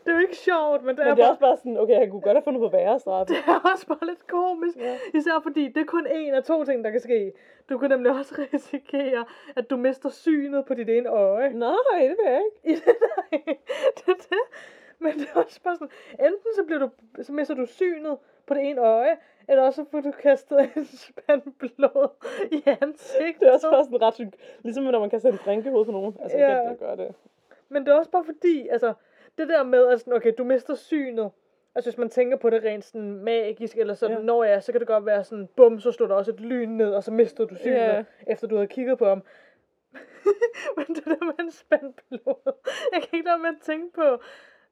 Det er jo ikke sjovt, men
Men
det, er,
det er
bare,
også bare sådan, okay, han kunne godt have fundet på værre (laughs) straf.
(laughs) det er også bare lidt komisk.
Ja.
(laughs) Især fordi det er kun en af to ting, der kan ske. Du kan nemlig også (laughs) risikere, at du mister synet på dit ene øje.
Nej, det vil jeg ikke.
(laughs) I det, nej, (laughs) det er det. Men det er også bare sådan, enten så, bliver du, så mister du synet på det ene øje, eller også får du kastet en (laughs) spand blod i ansigtet.
Det er også bare sådan ret sygt. Ligesom når man kan sætte en drink i hovedet på nogen. Altså, jeg
Ja.
kan ikke gøre det.
Men det er også bare fordi, altså, det der med, at sådan, okay, du mister synet. Altså, hvis man tænker på det rent sådan magisk, eller sådan,
Ja.
ja. når ja, så kan det godt være sådan, bum, så stod der også et lyn ned, og så mistede du synet,
Ja.
ja. efter du havde kigget på ham. (laughs) Men det der med en spand blod, jeg kan ikke lade med at tænke på,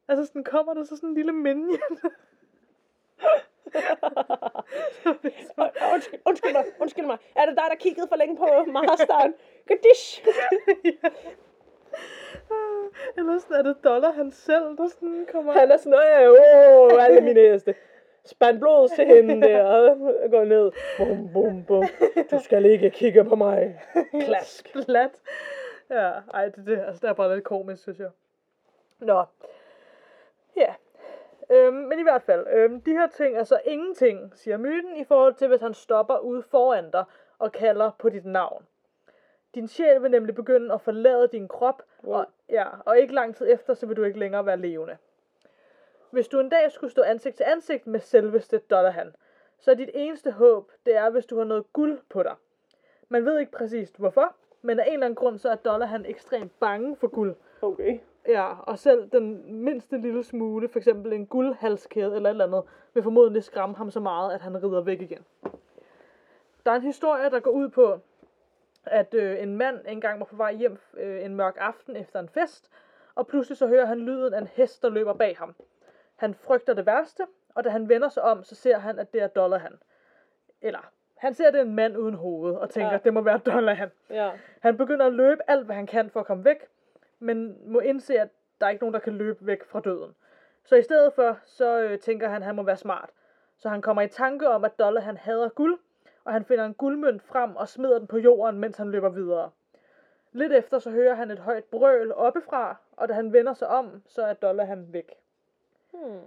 altså sådan kommer der så sådan en lille minion. (laughs)
Og- og Undskyld, (laughs) undskyld mig, undskyld mig. Er det dig, der kiggede for (laughs) længe på Masteren? Gadish!
ja. Eller sådan er det Dollar han selv, der sådan kommer.
Han er sådan, øh, åh, alle mine heste. Spand blod til hende der, og gå ned. Bum, bum, bum. Du skal ikke kigge på mig. Klask.
(laughs) Plat. Ja, ej, det, det, altså, det er bare lidt komisk, synes jeg. Nå. Ja. Øhm, men i hvert fald, øhm, de her ting er så ingenting, siger myten, i forhold til, hvis han stopper ude foran dig og kalder på dit navn. Din sjæl vil nemlig begynde at forlade din krop,
Wow.
og, ja, og ikke lang tid efter, så vil du ikke længere være levende. Hvis du en dag skulle stå ansigt til ansigt med selveste Dollahan, så er dit eneste håb, det er, hvis du har noget guld på dig. Man ved ikke præcist hvorfor, men af en eller anden grund, så er Dollahan ekstremt bange for guld.
Okay.
Ja, og selv den mindste lille smule, f.eks. en guldhalskæde eller et eller andet, vil formodentlig skræmme ham så meget, at han rider væk igen. Der er en historie, der går ud på, at øh, en mand engang var på vej hjem øh, en mørk aften efter en fest, og pludselig så hører han lyden af en hest, der løber bag ham. Han frygter det værste, og da han vender sig om, så ser han, at det er Dollahan. Eller, han ser, at det er en mand uden hoved, og tænker,
Ja.
ja. det må være Dollahan.
Ja.
Han begynder at løbe alt, hvad han kan for at komme væk, men må indse, at der er ikke nogen, der kan løbe væk fra døden. Så i stedet for, så øh, tænker han, at han må være smart. Så han kommer i tanke om, at Dolle han hader guld, og han finder en guldmønt frem og smider den på jorden, mens han løber videre. Lidt efter, så hører han et højt brøl oppefra, og da han vender sig om, så er Dolle han væk.
Hmm.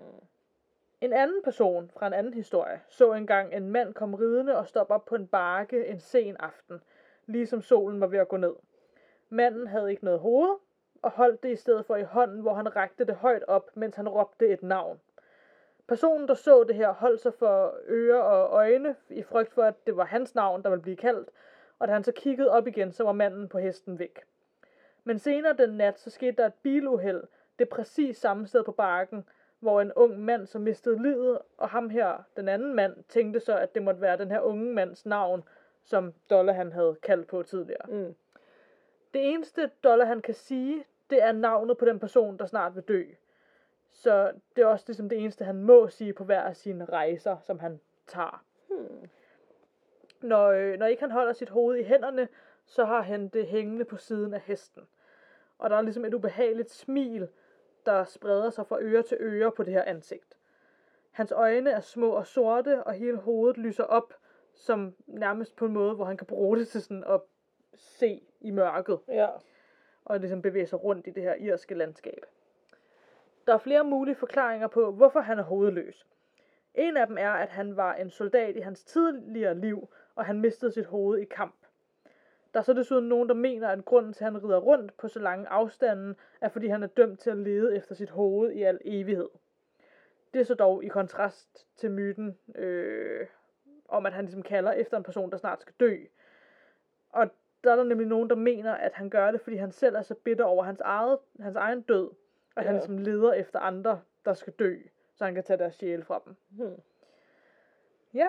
En anden person fra en anden historie så engang en mand komme ridende og stoppe op på en bakke en sen aften, ligesom solen var ved at gå ned. Manden havde ikke noget hoved, og holdt det i stedet for i hånden, hvor han rakte det højt op, mens han råbte et navn. Personen, der så det her, holdt sig for ører og øjne i frygt for, at det var hans navn, der ville blive kaldt, og da han så kiggede op igen, så var manden på hesten væk. Men senere den nat, så skete der et biluheld, det præcis samme sted på bakken, hvor en ung mand, som mistede livet, og ham her, den anden mand, tænkte så, at det måtte være den her unge mands navn, som Dolle han havde kaldt på tidligere.
Mm.
Det eneste dollar, han kan sige, det er navnet på den person, der snart vil dø. Så det er også ligesom det eneste, han må sige på hver af sine rejser, som han tager.
Hmm.
Når, øh, når ikke han holder sit hoved i hænderne, så har han det hængende på siden af hesten. Og der er ligesom et ubehageligt smil, der spreder sig fra øre til øre på det her ansigt. Hans øjne er små og sorte, og hele hovedet lyser op, som nærmest på en måde, hvor han kan bruge det til sådan at se i mørket
Ja.
og ligesom bevæge sig rundt i det her irske landskab. Der er flere mulige forklaringer på, hvorfor han er hovedløs. En af dem er, at han var en soldat i hans tidligere liv, og han mistede sit hoved i kamp. Der er så desuden nogen, der mener, at grunden til, at han rider rundt på så lange afstanden, er fordi han er dømt til at lede efter sit hoved i al evighed. Det er så dog i kontrast til myten øh, om, at han ligesom kalder efter en person, der snart skal dø. Og der er der nemlig nogen, der mener, at han gør det, fordi han selv er så bitter over hans, eget, hans egen død, at han
Ja.
ligesom leder efter andre, der skal dø, så han kan tage deres sjæl fra dem.
Hmm.
Ja,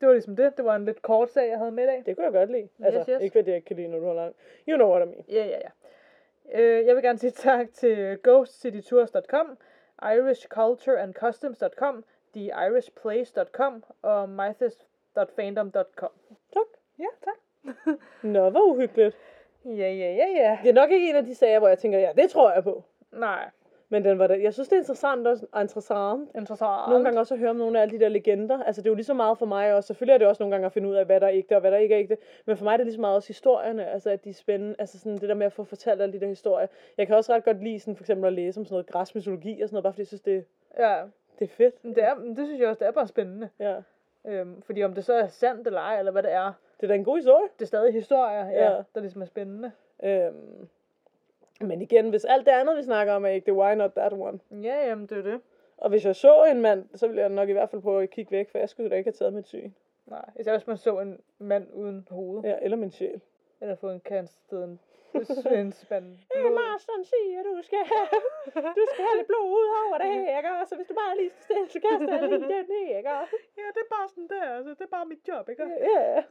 det var ligesom det. Det var en lidt kort sag, jeg havde med i dag.
Det kunne jeg godt lide. Altså,
Yes, yes.
ikke fordi jeg ikke kan lide, når du har langt. You know what I mean.
Ja, ja, ja. Øh, jeg vil gerne sige tak til ghostcitytours.com, irishcultureandcustoms.com, theirishplace.com og mythis.fandom.com.
Tak.
Ja, tak.
Nå, hvor uhyggeligt.
Ja, ja, ja, ja.
Det er nok ikke en af de sager, hvor jeg tænker, ja, det tror jeg på.
Nej,
Men den var da, jeg synes, det er interessant også, og interessant.
interessant.
Nogle gange også at høre om nogle af alle de der legender. Altså, det er jo lige så meget for mig også. Selvfølgelig er det også nogle gange at finde ud af, hvad der er ægte og hvad der ikke er ægte. Men for mig er det lige så meget også historierne, altså at de er spændende. Altså sådan det der med at få fortalt alle de der historier. Jeg kan også ret godt lide sådan for eksempel at læse om sådan noget græsk mytologi og sådan noget, bare fordi jeg synes, det,
Ja,
det er fedt.
men det, er, men det synes jeg også, det er bare spændende.
Ja.
Øhm, fordi om det så er sandt eller ej, eller hvad det er,
Det er da en god historie.
det er stadig historier, ja,
Ja.
ja. der ligesom er spændende.
Øhm. Men igen, hvis alt det andet, vi snakker om, er ægte, why not that one?
Ja, jamen det er det.
Og hvis jeg så en mand, så ville jeg nok i hvert fald prøve at kigge væk, for jeg skulle da ikke have taget mit syn.
Nej, især hvis man så en mand uden hoved, ja.
Ja, eller min sjæl.
eller få en kansted, en, en spand.
Øh, Marston siger, du skal have, du skal (laughs) have lidt blod ud over det her, ikke? Så hvis du bare lige stille, så kaster jeg lige den her, ikke?
(laughs) Ja, det er bare sådan der, altså. Det er bare mit job, ikke?
Ja.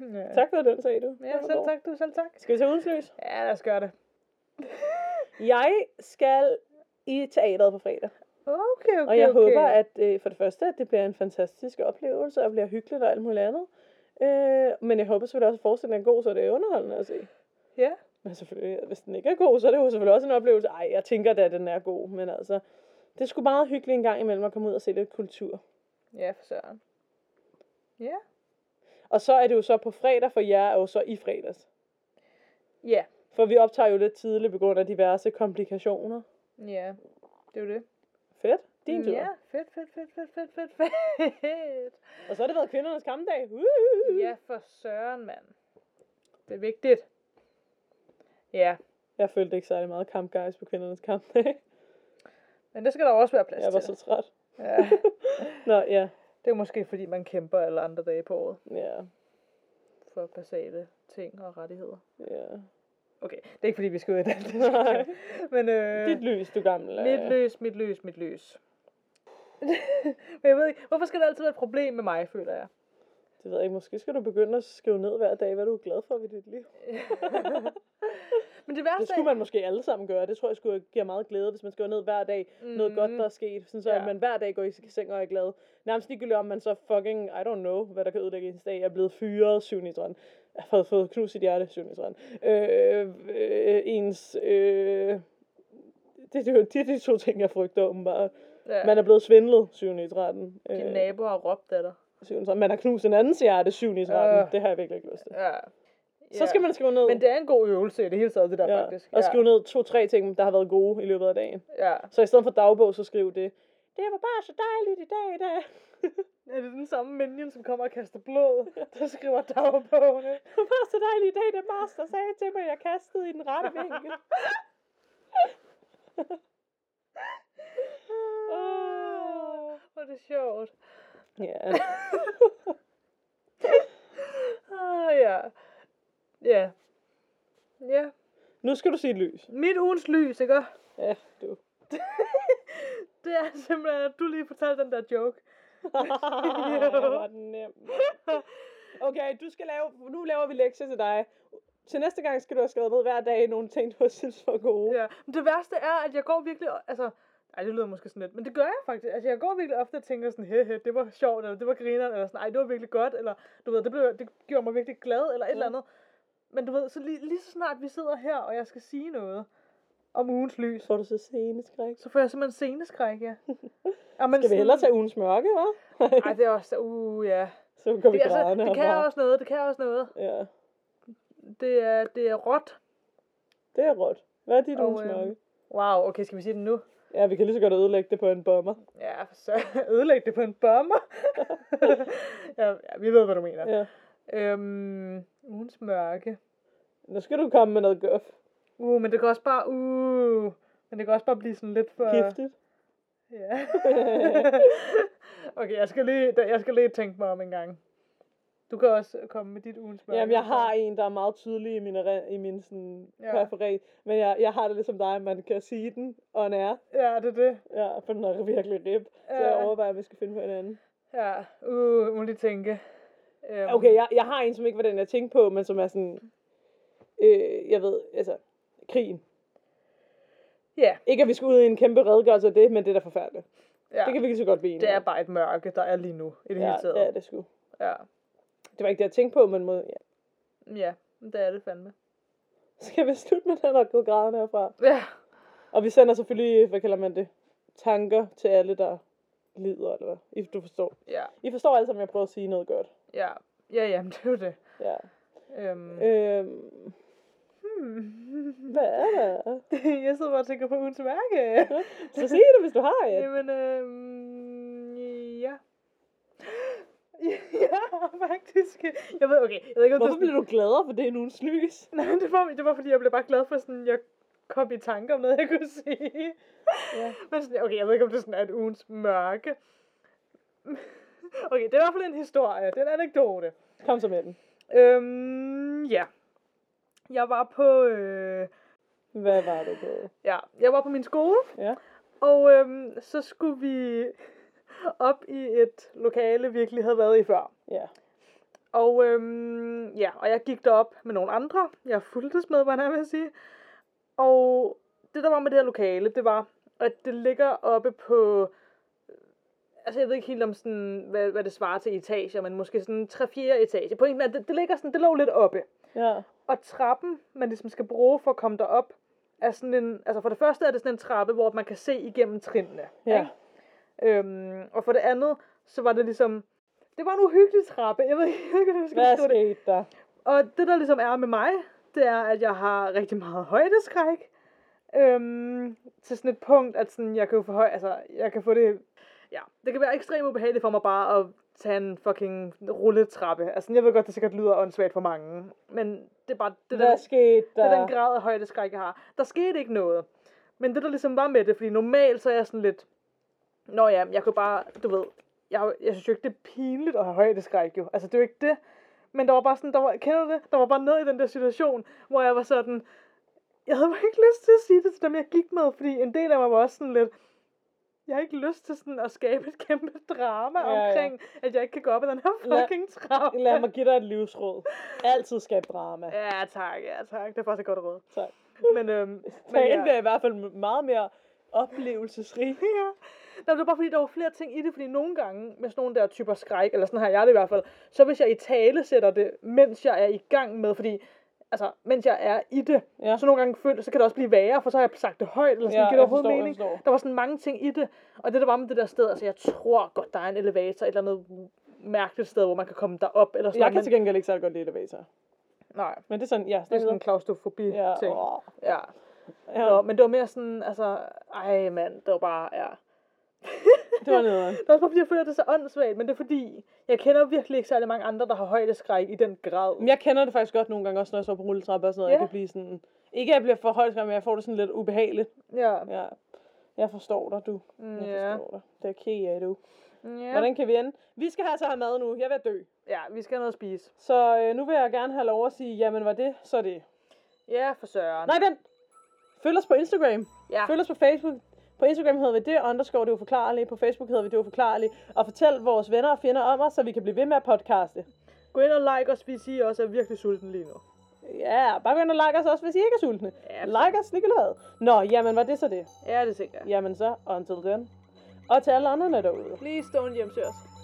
Ja.
tak for den, sagde du.
Ja, selv tak, du selv tak.
Skal vi tage udensløs?
Ja, lad os gøre det.
Jeg skal i teateret på fredag.
Okay, (laughs) okay,
Og jeg
okay.
håber, at øh, for det første, at det bliver en fantastisk oplevelse, og bliver hyggeligt og alt muligt andet. Øh, men jeg håber selvfølgelig også, at forestillingen er god, så det er underholdende at se.
Ja,
Men selvfølgelig, hvis den ikke er god, så er det jo selvfølgelig også en oplevelse. Ej, jeg tænker da, at den er god, men altså... Det skulle meget hyggeligt en gang imellem at komme ud og se lidt kultur.
ja for søren. Ja.
Og så er det jo så på fredag, for jer er jo så i fredags.
Ja,
For vi optager jo lidt tidligt på grund af diverse komplikationer.
ja. Det er jo det.
Fedt. Din tur.
Ja, fedt, fedt, fedt, fedt, fedt, fedt, fedt.
Og så har det været kvindernes kampdag. Uh!
Ja, for søren, mand. Det er vigtigt. Ja,
Jeg følte ikke særlig meget kampgejs på kvindernes kampdag.
men det skal der også være plads
Jeg var
til.
så træt.
Ja.
Nå, ja.
Det er måske, fordi man kæmper alle andre dage på året
Ja.
for basale ting og rettigheder.
Ja.
Okay, det (laughs) er ikke, fordi vi skal ud af den
Nej.
diskussion. men øh,
Dit lys, du gamle.
mit løs, mit løs, (laughs) mit løs. men jeg ved ikke, hvorfor skal det altid være et problem med mig, føler jeg?
Det ved jeg ikke. Måske skal du begynde at skrive ned hver dag, hvad du er glad for ved dit liv.
Men det
Det
værste
skulle man måske alle sammen gøre. Det tror jeg skulle give meget glæde, hvis man skriver ned hver dag mm. noget godt, der er sket. Sådan så ja.
Ja.
man hver dag går i seng og er glad. Nærmest ligegyldigt om man så fucking, I don't know, hvad der kan ødelægge ens dag. Jeg er blevet fyret, syv i træn. Jeg har fået- fået knus i hjerte, syv i træn. Øh, øh, ens... Øh, det, det, er jo- det er de to ting, jeg frygter åbenbart.
ja.
Man er blevet svindlet, 7 i Øh, 13.
Din nabo har råbt af dig.
Man har knust en andens hjerte, 7 i 13.
Øh.
Det har jeg virkelig ikke lyst til.
Ja.
Så skal man skrive ned.
Men det er en god øvelse i det hele taget, det der
ja,
faktisk.
og skrive ned to-tre ting, der har været gode i løbet af dagen.
Ja.
Så i stedet for dagbog, så skriv det. Det var bare så dejligt i dag i dag.
Er det den samme minion, som kommer og kaster blod,
(laughs)
der skriver dagbogen?
(laughs) Det var bare så dejligt i dag, da Master sagde til mig, at jeg kastede i den rette
(laughs)
vinkel. Ah. Åh.
Ah, Hvor er det sjovt.
Ja,
Ah, ja. Ja. Ja.
(laughs) nu skal du sige lys.
Mit ugens lys, ikke?
Ja, du.
Det er simpelthen, at du lige fortalte den der joke.
var nemt. (laughs) Okay, du skal lave, nu laver vi lektier til dig. Til næste gang skal du have skrevet ned hver dag nogle ting, du har synes var gode.
Ja. Men det værste er, at jeg går virkelig... Altså, ej, det lyder måske sådan lidt, men det gør jeg faktisk. Altså, jeg går virkelig ofte og tænker sådan, hehe, det var sjovt, eller det var grineren, eller sådan, ej, det var virkelig godt, eller du ved, det, blev, det gjorde mig virkelig glad, eller et eller
Ja.
andet. Men du ved, så lige, lige så snart vi sidder her, og jeg skal sige noget om ugens lys,
Får du så sceneskræk?
så får jeg simpelthen sceneskræk,
(laughs)
ja. ja men
Skal vi hellere tage ugens mørke, hva'?
Ej, det er også... Uh, ja.
Så går vi
Det, altså,
grædende
det kan
herfra.
også noget, det kan også noget.
Ja,
Det er, det er råt.
det er råt. Hvad er dit
Og,
ugens
øhm,
mørke?
Wow, okay, skal vi sige det nu?
Ja, vi kan lige så godt ødelægge det på en bomber.
Ja, for så (laughs) ødelægge det på en
(laughs)
bomber. ja, ja, vi ved, hvad du mener.
Ja.
Øhm, ugens mørke.
Nu skal du komme med noget gøf.
Uh, men det kan også bare, uh, men det kan også bare blive sådan lidt for...
Giftigt.
Ja. (laughs) okay, jeg skal, lige, da- jeg skal lige tænke mig om en gang. Du kan også komme med dit ugens mørke.
Jamen, jeg har en, der er meget tydelig i min, i min sådan, ja.
Ja.
periferi. Men jeg, jeg har det ligesom dig, man kan sige den, og den er.
Ja, det er det.
Ja, for den er virkelig rib. Så jeg
Ja.
overvejer, at vi skal finde på en anden.
Ja, uh, må lige tænke. Øhm,
Okay, jeg, jeg har en, som ikke var den, jeg tænkte på, men som er sådan... Øh, jeg ved, altså... Krigen.
Ja,
Ikke, at vi skal ud i en kæmpe redegørelse af det, men det er da forfærdeligt. Ja.
ja.
Det kan vi lige så godt blive enige
det er
om.
bare et mørke, der er lige nu i det
ja,
hele taget.
det er det sgu.
Ja.
Det var ikke det, jeg tænkte på, men må, ja. (laughs)
ja, det er det fandme.
Skal vi slutte med den og gå graden herfra?
Ja.
Og vi sender selvfølgelig, hvad kalder man det, tanker til alle, der lider, eller hvad? I, du forstår.
Ja,
I forstår alle sammen, jeg prøver at sige noget godt.
ja. Ja, ja, (laughs) men det er jo det.
Ja.
Øhm.
Øhm,
Hmm.
hvad er der?
(laughs) jeg sidder bare og tænker på ugens (laughs) mærke.
Så sig det, hvis du har et.
Jamen, øhm, ja. (laughs) ja, faktisk. Jeg ved, okay. Jeg ved ikke, om
Hvorfor
det, er sådan-
bliver du gladere for det er ugens lys?
Nej, det var, det var, fordi jeg blev bare glad for sådan, jeg kom i tanke om noget, jeg kunne (laughs) sige.
Ja.
Men sådan, okay, jeg ved ikke, om det sådan er et ugens mørke. Okay, det er i hvert fald en historie. Det er en anekdote.
Kom så med den.
Øhm, ja. Jeg var på, øh,
Hvad var det på?
ja, jeg var på min skole,
Ja.
og øhm, så skulle vi (laughs) op i et lokale, vi ikke lige havde været i før.
Ja.
Og øhm, ja, og jeg gik derop med nogle andre. Jeg fuldtes med, var jeg vil sige. Og det, der var med det her lokale, det var, at det ligger oppe på... Altså, jeg ved ikke helt om sådan, hvad, hvad det svarer til etager, men måske sådan 3-4 etage. Pointen er, at det, det ligger sådan, det lå lidt oppe.
Ja.
Og trappen, man ligesom skal bruge for at komme derop, er sådan en... Altså, for det første er det sådan en trappe, hvor man kan se igennem trinene.
Ja.
ikke? Øhm, og for det andet, så var det ligesom... Det var en uhyggelig trappe. Jeg ved ikke, (laughs) jeg ved ikke, hvordan jeg skal
Hvad
beskrive det.
skete der?
Og det, der ligesom er med mig, det er, at jeg har rigtig meget højdeskræk. Øhm, til sådan et punkt, at sådan, jeg kan jo få høj, altså, jeg kan få det, ja, det kan være ekstremt ubehageligt for mig bare at tage en fucking rulletrappe. Altså, jeg ved godt, det sikkert lyder åndssvagt for mange, men det er bare, det, der,
Hvad skete
det er
der?
den grad af højdeskræk, jeg har. Der skete ikke noget. Men det, der ligesom var med det, fordi normalt så er jeg sådan lidt... Nå ja, men jeg kunne bare, du ved... Jeg, jeg synes jo ikke, det er pinligt at have højdeskræk jo. Altså, det er jo ikke det. Men der var bare sådan, der var, kender du det? Der var bare noget i den der situation, hvor jeg var sådan... Jeg havde bare ikke lyst til at sige det til dem, jeg gik med, fordi en del af mig var også sådan lidt... Jeg har ikke lyst til sådan at skabe et kæmpe drama
Ja,
ja,
ja.
omkring, at jeg ikke kan gå op ad den her
Lad-
fucking trappe.
Lad mig give dig et livsråd.
(laughs)
Altid skab drama.
Ja tak, ja tak. Det er faktisk et godt råd.
Tak.
Men, øhm, men
Men det
ja.
er i hvert fald meget mere oplevelsesrig.
ja. Nå, det var bare fordi, der var flere ting i det, fordi nogle gange med sådan nogle der typer skræk, eller sådan har jeg det i hvert fald, så hvis jeg i tale sætter det, mens jeg er i gang med, fordi altså, mens jeg er i det,
Ja.
så nogle gange føler, så kan det også blive værre, for så har jeg sagt det højt, eller sådan,
Ja,
ja, giver
jeg
det overhovedet
forstår, jeg
mening?
forstår.
Der var sådan mange ting i det, og det der var med det der sted, altså jeg tror godt, der er en elevator, et eller andet mærkeligt sted, hvor man kan komme derop, eller sådan
Jeg kan
noget,
til gengæld ikke særlig godt lide elevatorer.
men, nej,
Men det er sådan, ja.
det er sådan en klaustrofobi
ja,
ting.
åh,
Ja.
ja,
Nå, men det var mere sådan, altså, ej mand, det var bare, ja.
det var nederen.
Det er også bare fordi, jeg føler, at det er så åndssvagt, men det er fordi, jeg kender virkelig ikke særlig mange andre, der har højdeskræk i den grad.
(laughs) Men jeg kender det faktisk godt nogle gange også, når jeg står på rulletrapper og sådan noget. Jeg
Ja.
kan blive sådan... Ikke at jeg bliver for højt, men jeg får det sådan lidt ubehageligt.
Ja.
Ja. Jeg forstår dig, du. Jeg
Mm, Ja.
forstår dig. Det er okay, ja, du.
Ja.
Hvordan kan vi ende? Vi skal altså have mad nu. Jeg vil dø.
ja, vi skal have noget at spise.
Så øh, nu vil jeg gerne have lov at sige, jamen var det, så det.
Ja, for søren.
Nej, vent. Følg os på Instagram.
Ja.
Følg os på Facebook. På Instagram hedder vi det, underscore det uforklarlige. På Facebook hedder vi det uforklarlige. Og fortæl vores venner og fjender om os, så vi kan blive ved med at podcaste.
Gå ind og like os, vi siger også, at jeg er virkelig sulten lige nu.
Ja, bare gå ind og like os også, hvis I ikke er sultne.
Ja,
like os, Nicolade. Nå, jamen var det så det?
Ja, det er sikkert.
Jamen så, until then. Og til alle andre derude.
Please don't hjemsøge os.